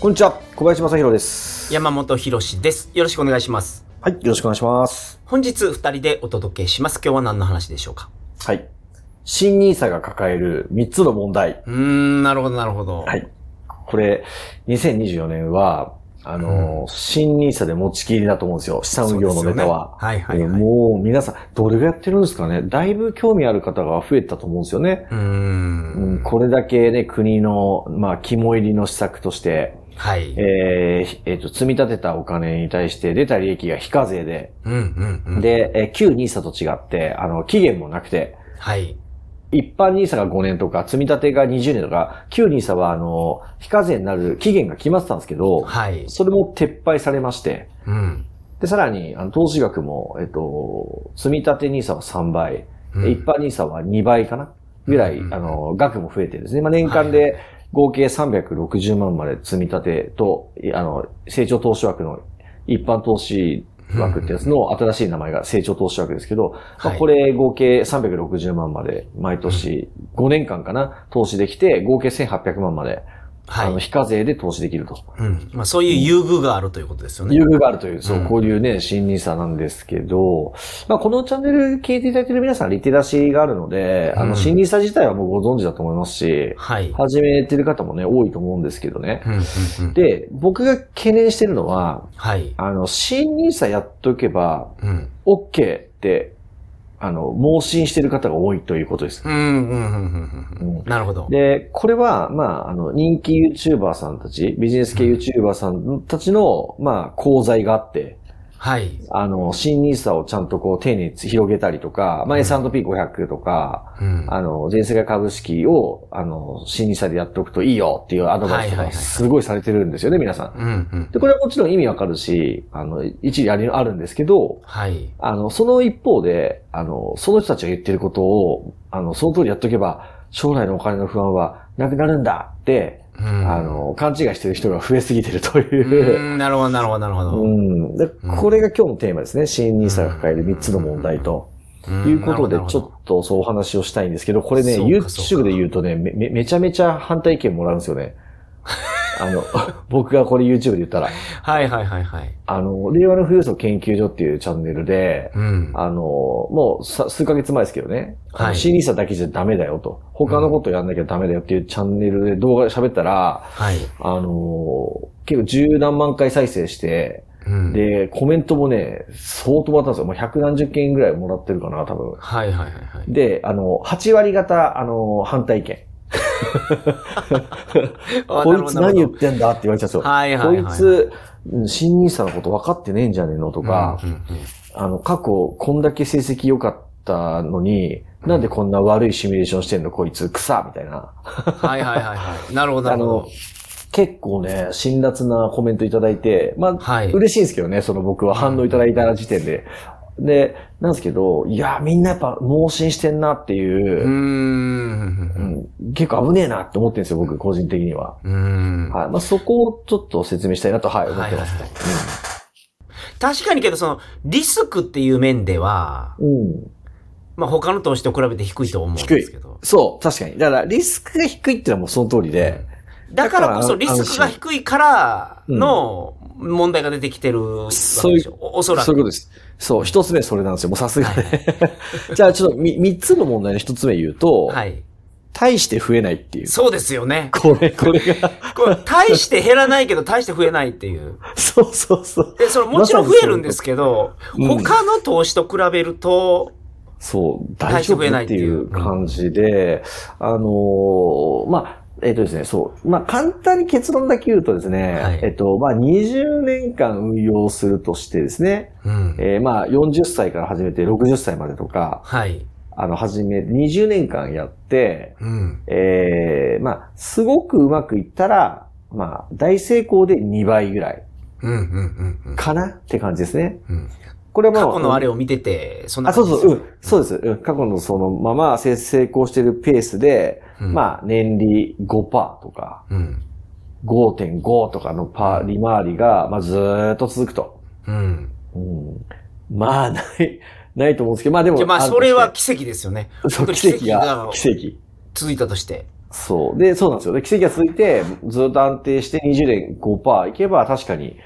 こんにちは、小林正宏です。山本博史です。よろしくお願いします。はい、よろしくお願いします。本日二人でお届けします。今日は何の話でしょうかはい。新ニーサが抱える3つの問題。うーん、なるほど、なるほど。はい。これ、2024年は、あのー、新ニーサで持ちきりだと思うんですよ。資産運用のネタは。そうですよねはいはいはいもう皆さん、どれがやってるんですかねだいぶ興味ある方が増えたと思うんですよね。うーうんん、。これだけね、国の、まあ、肝入りの施策として、はい。えーえっ、と、積み立てたお金に対して出た利益が非課税で、うん、うん、うん。、で、えー旧 NISA と違って、あの、期限もなくて、はい。一般 NISA が5年とか、積み立てが20年とか、旧 NISA は、あの、非課税になる期限が決まってたんですけど、はい。それも撤廃されまして、うん。で、さらに、あの、投資額も、えっと、積み立て NISA は3倍、うん一般 NISA は2倍かなぐらい、うんあの、額も増えてですね、まあ、年間で合計360万まで積み立てと、いあの、成長投資枠の一般投資枠ってやつの新しい名前が成長投資枠ですけど、まあはいこれ合計360万まで毎年5年間かな投資できて、合計1800万まで、あの、はい。非課税で投資できると。うん。まあ、そういう優遇があるということですよね。優遇があるという、そうう、んこういうね、新ニーサなんですけど、まあ、このチャンネル聞いていただいている皆さん、リテラシーがあるので、あうの、ん新ニーサ自体はもうご存知だと思いますし、はい。始めてる方もね、多いと思うんですけどね。うん、うん、うん。で、僕が懸念してるのは、はい。あの、新ニーサやっとけば、うん。 OK って、あの、盲信してる方が多いということです。うん、うん、うんうん、うんううんん。なるほど。で、これは、まあ、あの、人気 YouTuber さんたち、ビジネス系 YouTuber さんたちの、まあ、功罪があって、はい。あの、新ニーサをちゃんとこう丁寧に広げたりとか、まあ、うん S&P500 とか、うん。あの、全世界株式を、あの、新ニーサでやっておくといいよっていうアドバイスとはいはいかはいすごいされてるんですよね、皆さん。うん、うん。で、これはもちろん意味わかるし、あの、一理ありあるんですけど、はい。あの、その一方で、あの、その人たちが言ってることを、あの、その通りやっとけば、将来のお金の不安はなくなるんだって、うん。あの、勘違いしてる人が増えすぎてるというう、ん、なるほど、なるほど、なるほうど。ん。で、んこれが今日のテーマですね。新ニーサが抱える3つの問題と。うんいうことでなるほどなる、ほちどょっとそうお話をしたいんですけど、これね、そうかそ YouTube うかで言うとね、め、めめちゃめちゃ反対意見もらうんですよね。あの、僕がこれ YouTube で言ったら、はい、はい、はい、はい。あの、令和の富裕層研究所っていうチャンネルで、うん。あの、もうさ数ヶ月前ですけどね、はい新ニーサだけじゃダメだよと、他のことやんなきゃダメだよっていうチャンネルで動画で喋ったら、はい。あの、結構十何万回再生して、うん、で、コメントもね、相当もらったんですよ。もう百何十件ぐらいもらってるかな、多分。はいはいはいはい。で、あの、8割方、あの、反対意見。こいつ何言ってんだって言われちゃうんですよ。はいはいはいこいつ、うん新ニーサのこと分かってねえんじゃねえのとか、うんうんうんあの、過去、こんだけ成績良かったのに、なんでこんな悪いシミュレーションしてんのこいつ、草みたいな。はいはいはいはい。なるほどなあるほのど。、結構ね、辛辣なコメントいただいて、まあ、はい。嬉しいんですけどね、その僕は反応いただいた時点で。で、なんですけど、いや、みんなやっぱ盲信してんなっていうー。う、うんん結構危ねえなって思ってるんですよ、僕、個人的には。うーん。はい。まあ、そこをちょっと説明したいなと、はい、思はっいてはいはまいす。確かにけど、その、リスクっていう面では、うん。まあ、他の投資と比べて低いと思うんですけど。そう、確かに。だから、リスクが低いってのはもうその通りで、だからこそ、リスクが低いからの問題が出てきてるわけでしょ。おおそらそうく。いうことです。そう、一つ目それなんですよ。もうさすがね。じゃあ、ちょっとみ、三つの問題の一つ目言うと、はい。大して増えないっていう。そうですよね。これ、これが、これ、大して減らないけど、大して増えないっていう。そうそうそう。で、その、もちろん増えるんですけど、うん他の投資と比べると、そう、大大丈丈夫夫やないっってていいうう感じで、あのーまあ、えっ、とですね、そう。まあ、簡単に結論だけ言うとですね、はいえっと、まあ、20年間運用するとしてですね、うんえーまあ、40歳から始めて60歳までとか、はい。あの、始め、20年間やって、うん。えーまあ、すごくうまくいったら、まあ、大成功で2倍ぐらいうんうんうんうん。かなって感じですね。うんこれは過もう去のあれを見てて、そんなあ、そうそう、うん、そううです。うん過去のそのまま成成功しているペースで、うんまあ、年利5%とか、う。うん。 5.5とかのパー、利回りが、まあ、ずーっと続くと。うん。うんまあ、ない、ないと思うんですけど、まあでじゃも。あまあ、るとそれは奇跡ですよね。して、そう、奇跡が、奇奇続いたとして。跡。そう。で、そうなんですよ。で、奇跡が続いて、ずっと安定して20年5%いけば、確かに、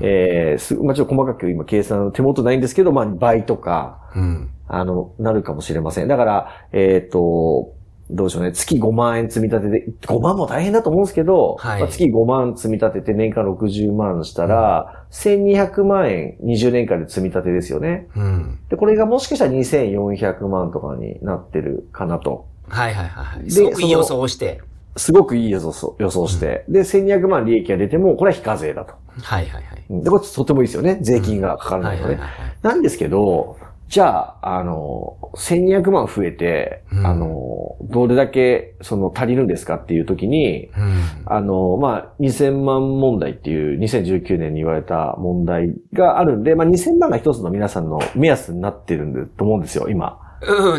えー、す、まあちょっと細かく今計算、手元ないんですけど、まあ倍とか、うん。あの、なるかもしれません。だから、えっ、と、どうでしょうね。月5万円積み立てで、5万も大変だと思うんですけど、はいまあ月5万積み立てて年間60万したら、1200万円20年間で積み立てですよね。うん。で、これがもしかしたら2400万とかになってるかなと。はいはいはいはい。ですごくそいいの予想をして。すごくいい予想予想して。で、1200万利益が出ても、これは非課税だと。はいはいはい。うんで、これとてもいいですよね。税金がかからはないいのはでい。はい。なんですけど、じゃあ、あの、1200万増えて、うんあの、どれだけ、その、足りるんですかっていう時に、うん。あの、まあ、2000万問題っていう、2019年に言われた問題があるんで、まあ、2000万が一つの皆さんの目安になってるんだと思うんですよ、今。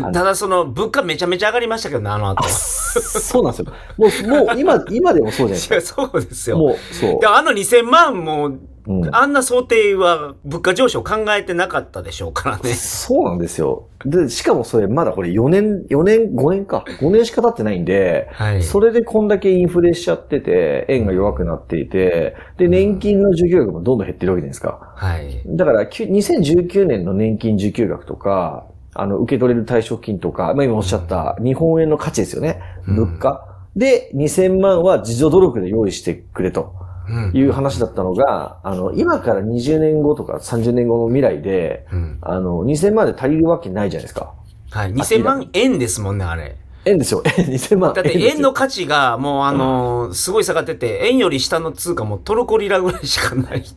うん、ただその、物価めちゃめちゃ上がりましたけどね、あの後。そうなんですよ。もう、もう、今、今でもそうじゃないです いや、そうでか。すよ。もう、そうで、。あの2000万うも、んあんな想定は物価上昇考えてなかったでしょうからね。そうなんですよ。で、しかもそれ、まだこれ4年、4年、5年か。5年しか経ってないんで、はいそれでこんだけインフレしちゃってて、円が弱くなっていて、で、年金の受給額もどんどん減ってるわけじゃないですか。はい。だから、きゅ2019年の年金受給額とか、あの、受け取れる退職金とか、まあ今おっしゃった日本円の価値ですよね。うん物価。で、2000万は自助努力で用意してくれとうんいう話だったのが、あの、今から20年後とか30年後の未来で、うんあの、2000万で足りるわけないじゃないですか。はい。2000万円ですもんね、あれ。円ですよ。 円2000万。だってです円よの価値がもうあのーすごい下がってて、円より下の通貨もトルコリラぐらいしかないっていう。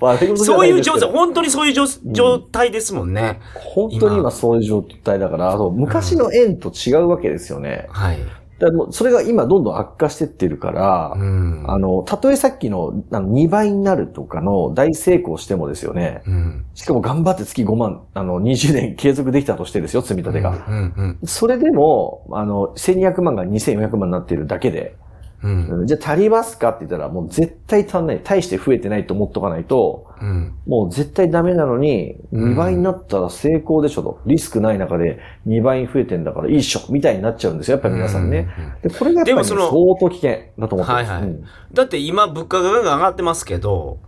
悪いことじゃそなういんうです状けど態、本当にそういう状状態ですもんね。本当に今そういう状態だから、そう昔の円と違うわけですよね。はい。だからもうそれが今どんどん悪化してってるから、うん。あの、たとえさっきのあの2倍になるとかの大成功してもですよね。うん。しかも頑張って月5万、あの、20年継続できたとしてですよ、積み立てが。うんうんそれでも、あの、1200万が2400万になってるだけで、うん。うんじゃあ足りますかって言ったら、もう絶対足んない。大して増えてないと思っとかないと、うん。もう絶対ダメなのに、うん2倍になったら成功でしょと。リスクない中で2倍に増えてんだからいいっしょみたいになっちゃうんですよ。やっぱり皆さんね。ううで、これがやっぱりでねもその相当危険だと思ってます。はいはいうんうんだって今物価がガンガン上がってますけど、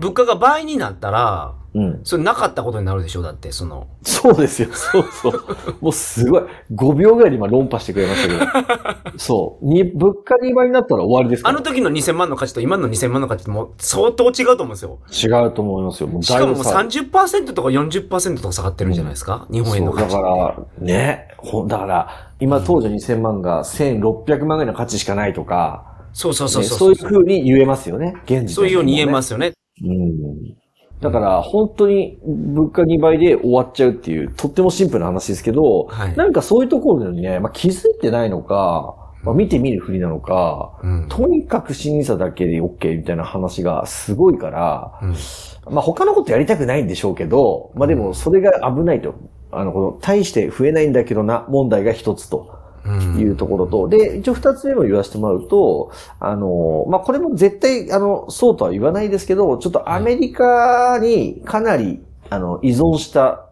物価が倍になったら、うん。それなかったことになるでしょだって、その。そうですよ。そうそう。もうすごい。5秒ぐらいで今論破してくれましたけど。そう。に、物価2倍になったら終わりですかあらの。時の2000万の価値と今の2000万の価値ってもう相当違うと思うんですよ。違うと思いますよ。もうしかももう差30%とか40%とか下がってるんじゃないですか、日本円の価値って。そうだから、ね。ほんだから、今当時2000万が1600万ぐらいの価値しかないとか、そうそうそねうそう。そういうふうに言えますよね。現時点でもねそういうように言えますよね。うんだから、本当に物価2倍で終わっちゃうっていう、とってもシンプルな話ですけど、はいなんかそういうところにね、まあ、気づいてないのか、まあ、見てみるふりなのか、うんとにかく審査だけで OK みたいな話がすごいから、うんまあ、他のことやりたくないんでしょうけど、まあ、でもそれが危ないと。あの、この、大して増えないんだけどな、問題が一つと。うんいうところと、で、一応二つ目も言わせてもらうと、あの、まあ、これも絶対、あの、そうとは言わないですけど、ちょっとアメリカにかなり、あの、依存した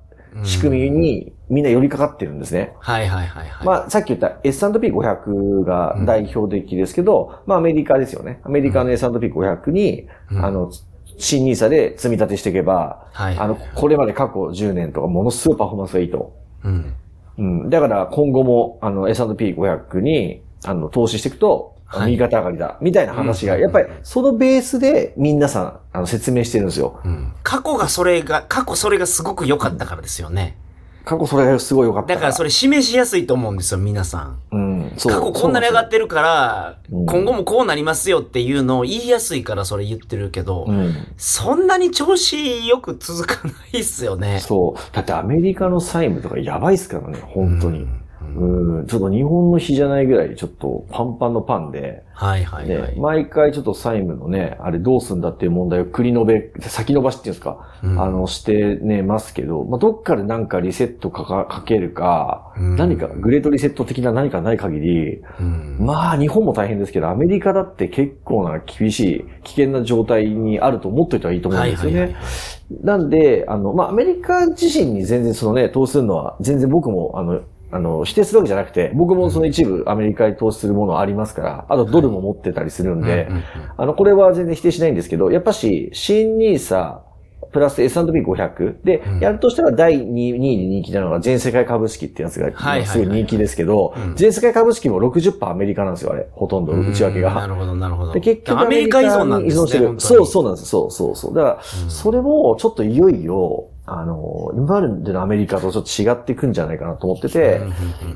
仕組みにみんな寄りかかってるんですね。はいはいはいはい。まあ、さっき言った S&P500 が代表的ですけど、まあ、アメリカですよね。アメリカの S&P500 に、うんあの、新ニーサで積み立てしていけば、はい。あの、これまで過去10年とかものすごいパフォーマンスがいいと。うん。うん。だから今後も、あの、S&P500 に、あの、投資していくと、はい右肩上がりだ、みたいな話が、うんやっぱり、そのベースで、皆さん、あの、説明してるんですよ。うん過去がそれが、過去それがすごく良かったからですよね。過去それがすごい良かっただからそれ示しやすいと思うんですよ、皆さん。うん、そう。過去こんなに上がて、ってるから、うん今後もこうなりますよっていうのを言いやすいからそれ言ってるけど、うん。そんなに調子よく続かないっすよね。そう。だってアメリカの債務とかやばいっすからね、本当に。うんうん、ちょっと日本の比じゃないぐらい、ちょっとパンパンのパンで、はいはいはねい。、毎回ちょっと債務のね、あれどうすんだっていう問題を繰り延べ、先延ばしっていうんですか、うんあの、してね、ますけど、まあ、どっかでなんかリセットかかかけるか、うん何か、グレートリセット的な何かない限り、うんまあ、日本も大変ですけど、アメリカだって結構な厳しい、危険な状態にあると思っといたらいいと思うんはいですはよいね。はい。なんで、あの、まあ、アメリカ自身に全然そのね、投資するのは、全然僕も、あの、あの、否定するわけじゃなくて、僕もその一部アメリカに投資するものはありますから、あとドルも持ってたりするんで、うんうんうんあの、これは全然否定しないんですけど、やっぱし、新ニーサプラス S&P500 でうん、やるとしたら第 2, 位に人気なのが全世界株式ってやつがはいはいはいすごい人気ですけどうん、全世界株式も60%アメリカなんですよ、あれ。ほとんど内訳うんなが。るほど、なるほど。で結局アメリカ依存なんですアメリカに依存ね。してる。そうそうなんです。そうそうそう。だから、うんそれもちょっといよいよ、あの、今までのアメリカとちょっと違っていくんじゃないかなと思ってて、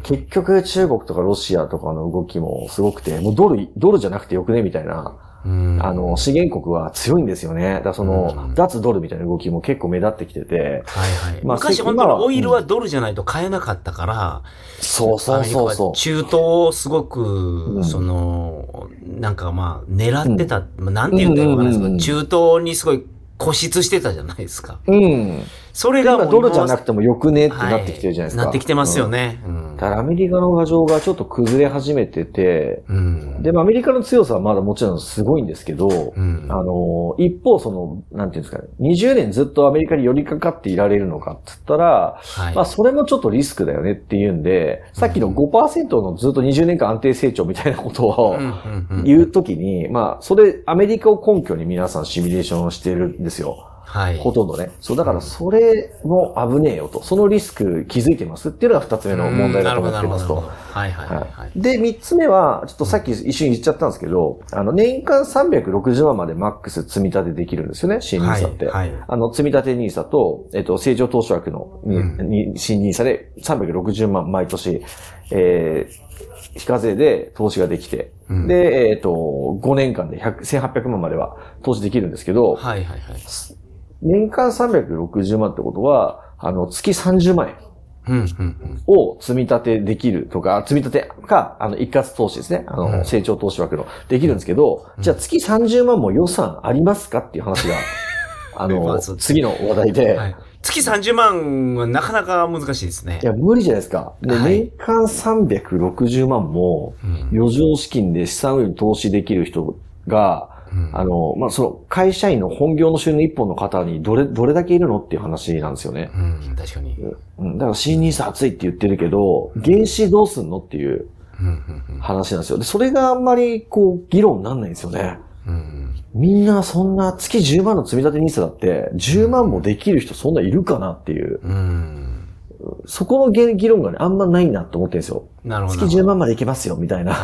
結局中国とかロシアとかの動きもすごくて、もうドル、ドルじゃなくてよくねみたいな。うんあの、、資源国は強いんですよね。だからその、うん脱ドルみたいな動きも結構目立ってきてて。はいはい。まあ昔せ本当に今はオイルはドルじゃないと買えなかったから、そうそうそうそう。アメリカは中東をすごうく、んその、なんかまあ、狙ってた、まあなんて言ったらいいのかわかんないですけうんうんうんうど、ん中東にすごい固執してたじゃないですか。うん。それが今ドルじゃなて、くてもよくねってはいなってきてるじゃないですか。なってきてますよね。ね。うんただアメリカの牙城がちょっと崩れ始めてて、うん。でもアメリカの強さはまだもちろんすごいんですけど、うんあの、一方その、なんていうんですかね、20年ずっとアメリカに寄りかかっていられるのかって言ったら、はいまあ、それもちょっとリスクだよねっていうんで、さっきの5%のずっと20年間安定成長みたいなことをうんうんうん言うときに、まあ、それ、アメリカを根拠に皆さんシミュレーションをしてるんですよ。はい。ほとんどね。そう、だからそれも危ねえよと。そのリスク気づいてますっていうのが二つ目の問題だと思ってますうんなるほどなるほどと。はいはいはいははいい、。で、三つ目は、ちょっとさっき一瞬言っちゃったんですけど、あの、年間360万までマックス積み立てできるんですよね、新ニーサって。はいはいあの、積み立て NISA と、えっと、成長投資枠の、にうんに新 NISA で360万毎年、えー、非課税で投資ができて、うんで、えっ、と、5年間で100 1800万までは投資できるんですけど、はいはいはい。年間360万ってことは、あの、月30万円うんうんを積み立てできるとか、積み立てか、あの、一括投資ですね。あの、うん成長投資枠の、できるんですけど、じゃあ月30万も予算ありますかっていう話 が、あまの、あそう次の話題うで、ん。はい。月30万はなかなか難しいですねい。や、無理じゃないですか。で、はい年間360万も、うん余剰資金で資産運用に投資できる人が、うんあの、まあ、その、会社員の本業の収入一本の方に、どれ、どれだけいるのっていう話なんですよね。うん、確かに。うんうん、だから新ニーサ熱いって言ってるけど、原資どうすんのっていううん話なんですよ。で、それがあんまり、こう、議論になんないんですよね。うんうんみんなそんな月10万の積み立てニーサだって、10万もできる人そんないるかなっていう、うん。そこのげ議論がね、あんまないなと思ってるんですよ。なるほ月ど。 10万までいけますよ、みたいな。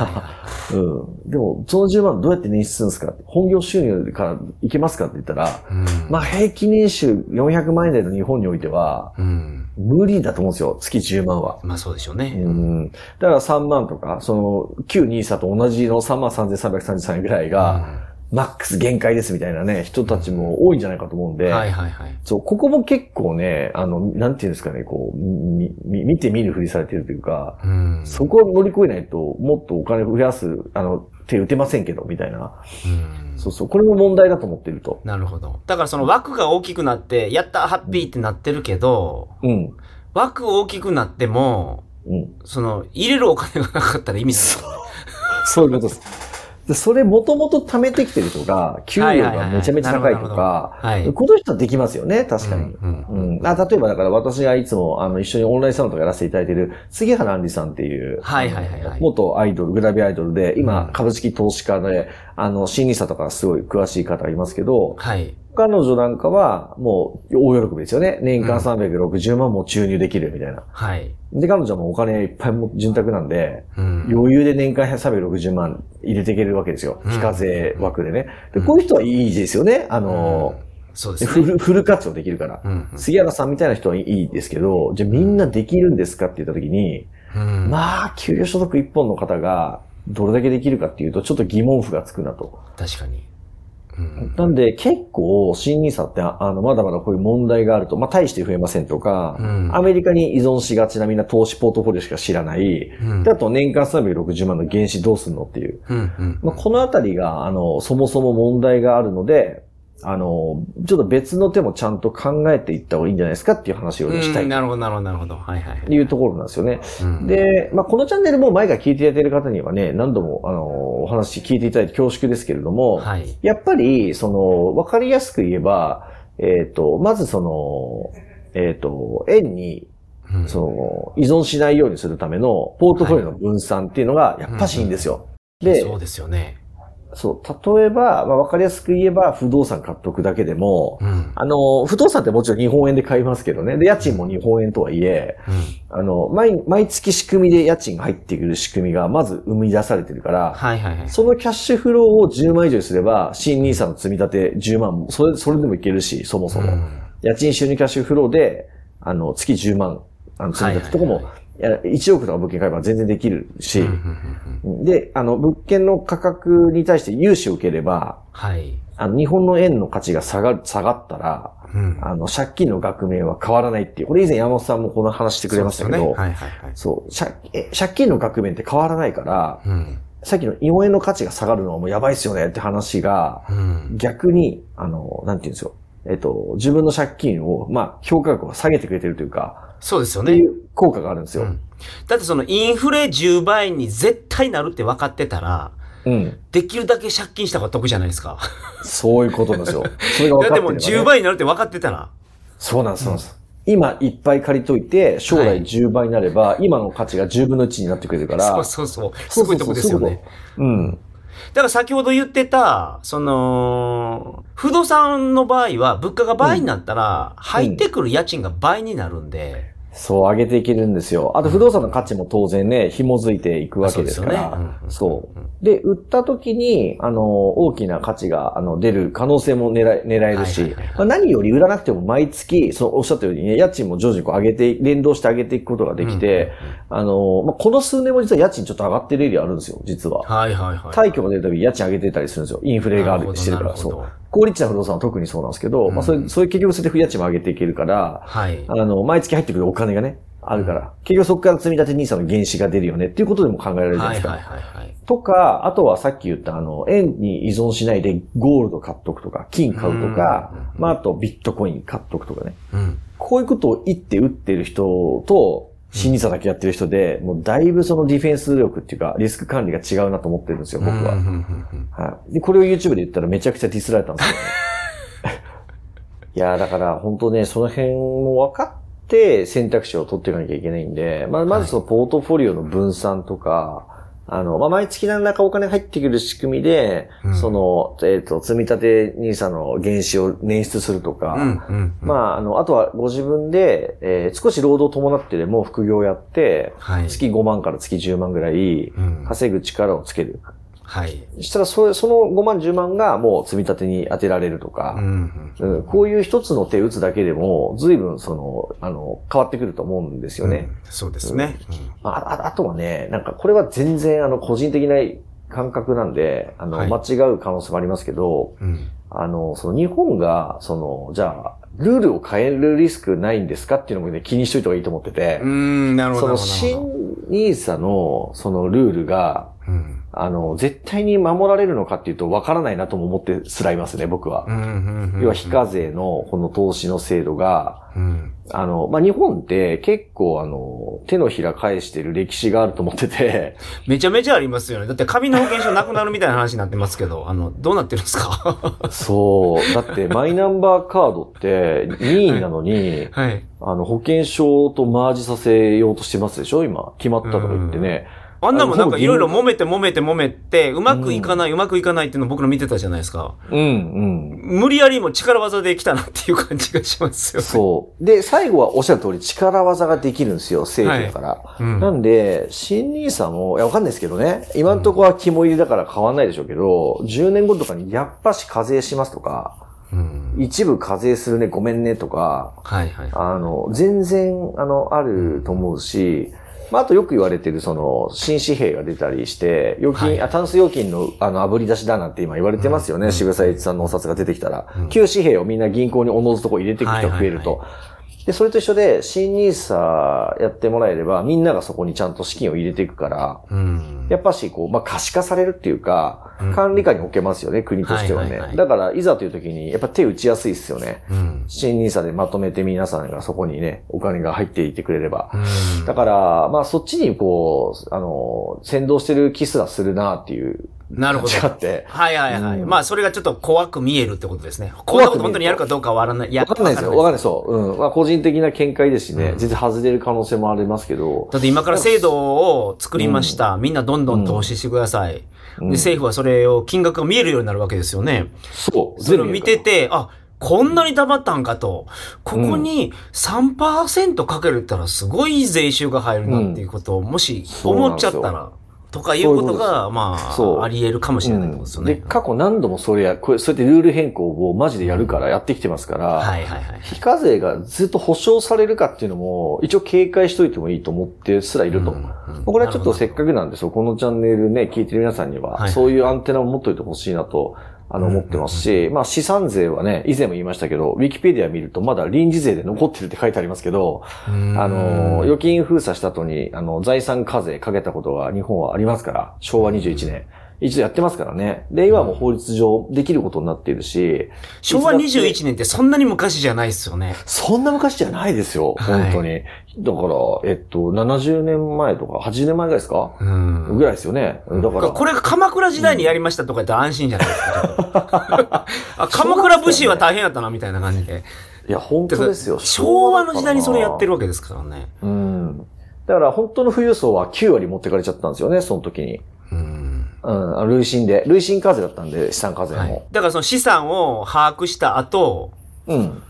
うん。でも、その10万どうやって捻出するんですか本業収入からいけますかって言ったら、うんまあ、平均年収400万円台の日本においては、うん。無理だと思うんですよ、月10万は。まあそうでしょううね。ん。だから3万とか、その、旧 NISA と同じの3万3333円ぐらいが、マックス限界ですみたいなね、人たちも多いんじゃないかと思うんうで、んはいはいはい。そう、ここも結構ね、あの、なんていうんですかね、こう、み、み見て見るふりされてるというか、うんそこを乗り越えないと、もっとお金増やす、あの、手打てませんけど、みたいな。うんそうそう、これも問題だと思ってると。なるほど。だからその枠が大きくなって、やったハッピーってなってるけど、うん。枠大きくなっても、うん。その、入れるお金がなかったら意味ない。そういうことです。で、それもともと貯めてきてる人が、給料がめちゃめちゃ高いとか、はいはいはいなるほどなるほどはいこの人はできますよね、確かに。ううんんあ例えばだから私がいつもあの一緒にオンラインサロンとかやらせていただいてる杉原杏里さんっていう、はいはいはいはい元アイドル、グラビアアイドルで、う今ん株式投資家で、あの、新ニーサとかすごい詳しい方がいますけど、はい。彼女なんかは、もう、大喜びですよね。年間360万も注入できるみたいな。はい。で、彼女はもうお金いっぱいも、潤沢なんで、うん余裕で年間360万入れていけるわけですよう。ん非課税枠でね。で、こういう人はいいですよね。あの、そうでですフね。ル、フル活用できるからう。ん杉原さんみたいな人はいいですけど、じゃあみんなできるんですかって言った時に、うんまあ、給与所得一本の方が、どれだけできるかっていうと、ちょっと疑問符がつくなと。確かに。うんなんで、結構、新ニーサって、ああの、まだまだこういう問題があると、まあ、大して増えませんとか、うんアメリカに依存しがちなみんな投資ポートフォリオしか知らない、うんであと年間360万の原資どうすんのっていう。うんうんまあ、このあたりが、あの、そもそも問題があるので、あの、ちょっと別の手もちゃんと考えていった方がいいんじゃないですかっていう話をねしたういん、となるほど、なるほど、なるほど。はいはい。いうところなんですよね。うんで、まあ、このチャンネルも前から聞いていただいている方にはね、何度も、あの、お話聞いていただいて恐縮ですけれども、はい。やっぱり、その、わかりやすく言えば、えっ、と、まずその、えっ、と、円に、うんその、依存しないようにするための、ポートフォリオの分散っていうのが、やっぱしいいんですよ。で、そうですよね。そう、例えば、まあ、わかりやすく言えば、不動産買っとくだけでも、うんあの、不動産ってもちろん日本円で買いますけどね。で、家賃も日本円とはいえ、あの、毎、毎月仕組みで家賃が入ってくる仕組みがまず生み出されてるから、はいはいはい。そのキャッシュフローを10万以上にすれば、新 NISA の積み立て10万も、それ、それでもいけるし、そもそも。家賃収入キャッシュフローで、あの、月10万、あの、積み立てとかも、はいはいや1億とか物件買えば全然できるし、うんうんで、あの、物件の価格に対して融資を受ければ、はい。あの、日本の円の価値が下がる、下がったら、うんうんあの、借金の額面は変わらないっていう。これ以前山本さんもこの話してくれましたけそうど、ですよねはいはいはい。そう借え借金の額面って変わらないから、うんさっきの日本円の価値が下がるのはもうやばいっすよねって話が、うん逆に、あの、なんて言うんですよ。えっと、自分の借金を、まあ、評価額を下げてくれてるというか、そうですよっていね。う効果があるんですよ。だってそのインフレ10倍に絶対なるって分かってたら、うん。できるだけ借金した方が得じゃないですか。そういうことなん ですよ。それが分かっだっててもうればね10倍になるって分かってたら。そうなんです、そうなんです。今いっぱい借りといて、将は来い10倍になれば、今の価値が10分の1になってくれるから、そうそうそう。すごいとこですそようそうねそ。う。うん。だから先ほど言ってた、その、不動産の場合は物価が倍になったら、入ってくる家賃が倍になるんで。そう、上げていけるんですよ。あと、不動産の価値も当然ね、紐づいていくわけですかそうですよねらうんうん。そう。で、売った時に、あの、大きな価値が、あの、出る可能性も狙え、狙えるはいしはいはいはい、まあ何より売らなくても毎月、そう、おっしゃったようにね、家賃も徐々にこう上げて、連動して上げていくことができて、あの、まあ、この数年も実は家賃ちょっと上がってるエリアあるんですよ、実は。はいはいはい。退去が出るたびに家賃上げてたりするんですよ。インフレがあなるほるどしてるから。なるほそどう。高立地な不動産は特にそうなんですけど、まあそれ、そういう結局それで家賃も上げていけるから、はいあ。の、毎月入ってくるお金がね、あるから、結局そこから積み立て NISA の原資が出るよねっていうことでも考えられるじゃないではいすか。はいはいはい。とか、あとはさっき言ったあの、円に依存しないでゴールド買っとくとか、金買うとか、まああとビットコイン買っとくとかね。うんこういうことを言って打ってる人と、新 NISA だけやってる人で、もうだいぶそのディフェンス力っていうか、リスク管理が違うなと思ってるんですよ、僕は。うんうんうんはい。で、これを YouTube で言ったらめちゃくちゃディスられたん ですよね。いやーだから本当ね、その辺も分かって選択肢を取っていかなきゃいけないんで、まあ、まずそのポートフォリオの分散とか、あの、まあ、毎月何らかお金入ってくる仕組みで、うんその、えっ、と、積み立て NISA の原資を捻出するとか、うんうんまあ、あの、あとはご自分で、えー少し労働を伴ってでも副業やって、はい月5万から月10万ぐらいうん稼ぐ力をつける。はい。したらそれ、その5万、10万がもう積み立てに当てられるとうか、んうんこういう一つの手打つだけでも、随分その、あの、変わってくると思うんですようんね。そうですね。あああとはね、なんかこれは全然あの、個人的な感覚なんで、あの、はい間違う可能性もありますけど、うんあの、その日本が、その、じゃあ、ルールを変えるリスクないんですかっていうのもね、気にしといた方がいいと思っててう、ん、なるほそど。なのる新ほど NISA の、そのルールが、うんあの、絶対に守られるのかっていうと、わからないなとも思ってすらいますね、僕はう。んうん要は、非課税のこの投資の制度が、うんあの、まあ、日本って結構あの、手のひら返してる歴史があると思ってて、めちゃめちゃありますよね。だって紙の保険証なくなるみたいな話になってますけ ど、あの、どうなってるんですか そう、だってマイナンバーカードって任意なのに、はい。あの、保険証とマージさせようとしてますでしょ今、決まったとか言ってね。あんなもんなんかあのいろいろ揉めて揉めて揉めて、うまくいかない、うまくいかないっていうの僕ら見てたじゃないですか。うん、うん。無理やりもう力技できたなっていう感じがしますよね。そう。で、最後はおっしゃる通り力技ができるんですよ、政府だから。うんなんで、新ニーサも、いや、わかんないですけどね、今んとこは肝入りだから変わんないでしょうけど、10年後とかにやっぱし課税しますとか、うん一部課税するね、ごめんねとか、はいはい。あの、全然、あの、あると思うし、まあ、あとよく言われてる、その、新紙幣が出たりして、預金、はいあタンス預金の、あの、炙り出しだなんて今言われてますよね。渋沢栄一さんのお札が出てきたら、うん旧紙幣をみんな銀行におのずとこう入れていく人が増えると。はいで、それと一緒で、新ニーサやってもらえれば、みんながそこにちゃんと資金を入れていくから、うん。やっぱし、こう、まあ、可視化されるっていうかうん、管理下に置けますよね、国としてははいはいはね。いだから、いざという時に、やっぱ手打ちやすいですよね。うん。新ニーサでまとめて皆さんがそこにね、お金が入っていてくれればう。ん。だから、まあ、そっちにこう、あの、先導してる気すらするなっていうなる感ほどじ。があって。はいはいはい。うんまあ、それがちょっと怖く見えるってことですね。こん怖く見えるなこと本当にやるかどうかはわからない。いやわかんないですよ。わかんないですよ。うん。まあ、個人的な見解ですしねう、ん全然外れる可能性もありますけど。だって今から制度を作りました。みんなどんどん投資してください。うんで、政府はそれを金額が見えるようになるわけですよね。そう。それを見てて、あ、こんなに黙ったんかと。ここに3%かけるったらすごい税収が入るなっていうことを、もし思っちゃったそうなら、とかいうことそういうこが、まそうあ、あり得るかもしれないってことですよね。うんで、過去何度もそれや、これ、そうやってルール変更をマジでやるから、やってきてますから、はいはいはい。非課税がずっと保障されるかっていうのも、一応警戒しといてもいいと思ってすらいると。うんこれはちょっとせっかくなんで、そうこのチャンネルね、聞いてる皆さんにはいはは、いそういうアンテナを持っといてほしいなと、あの、うん思ってますし、まあ、資産税はね、以前も言いましたけど、ウィキペディア見るとまだ臨時税で残ってるって書いてありますけど、あの、預金封鎖した後に、あの、財産課税かけたことが日本はありますから、昭和21年。一度やってますからね。で、今はもう法律上できることになっているし、昭和21年ってそんなに昔じゃないですよね。そんな昔じゃないですよ、はい本当に。だから、えっと、70年前とか、80年前ぐらいですかうんぐらいですよね。だから。これが鎌倉時代にやりましたとか言ったら安心じゃないですか。ちょ っとあ鎌倉武士は大変やったなみたいな感じで。いや、本当ですよ。昭和の時代にそれやっる。てるわけですからね。うん。だから本当の富裕層は9割持ってかれちゃったんですよね、その時に。うんうん、あ累進で。累進課税だったんで、資産課税も。はい、だからその資産を把握した後、うん。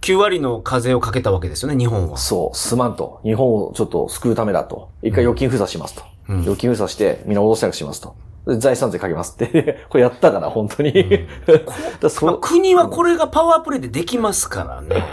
9割の課税をかけたわけですよね、日本は。そう、すまんと。日本をちょっと救うためだと。一回預金封鎖しますと。うん預金封鎖して、みんな脅しなくしますと。で財産税かけますって。 これやったから、本当に。 だからそ まあ国はこれがパワープレイでできますからね。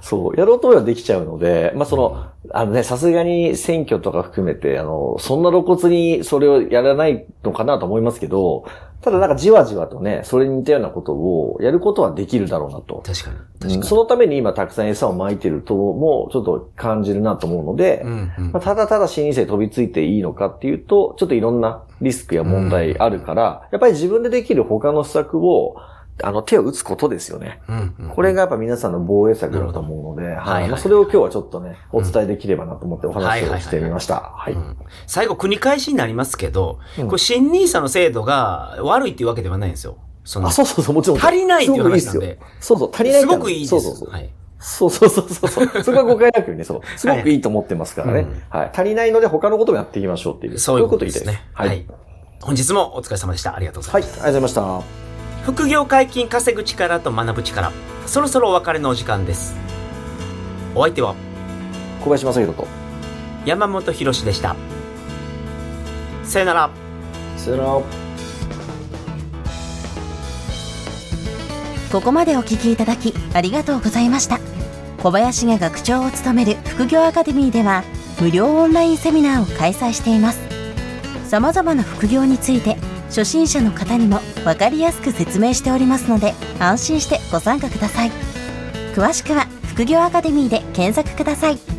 そう、やろうと思えばできちゃうので、まあ、その、あのね、さすがに選挙とか含めて、あの、そんな露骨にそれをやらないのかなと思いますけど、ただなんかじわじわとね、それに似たようなことをやることはできるだろうなと。確かに。うんそのために今たくさん餌を撒いてるともちょっと感じるなと思うので、うんうんまあ、ただただ新入生飛びついていいのかっていうと、ちょっといろんなリスクや問題あるから、やっぱり自分でできる他の施策を、あの、手を打つことですよね。うんうんこれがやっぱ皆さんの防衛策だと思うので、ほどはいは。はいいまあそれを今日はちょっとね、お伝えできればなと思ってお話をしてみました。はい。うん最後、繰り返しになりますけど、うんこれ、新ニーサの制度が悪いっていうわけではないんですよ。そのあ、そうそうそう、もちろん。足りないっていう話なんで。すごくいいっすよそうそう、足りないすからごくいいです。そうそうそう。はい。そうそうそうそう そう。そこは誤解なくね、そう。すごくいいと思ってますからね。はい。足りないので他のこともやっていきましょうっていう。そういうことですそういねう。こはい、と言いたいです。本日もお疲れ様でした。ありがとうござはい。はいい、ありまがす。とうございました。副業解禁稼ぐ力と学ぶ力。そろそろお別れのお時間です。お相手は小林正宏と。山本博史でした。さよなら。さよなら。ここまでお聞きいただきありがとうございました小林が学長を務める副業アカデミーでは無料オンラインセミナーを開催しています様々な副業について初心者の方にも分かりやすく説明しておりますので安心してご参加ください詳しくは副業アカデミーで検索ください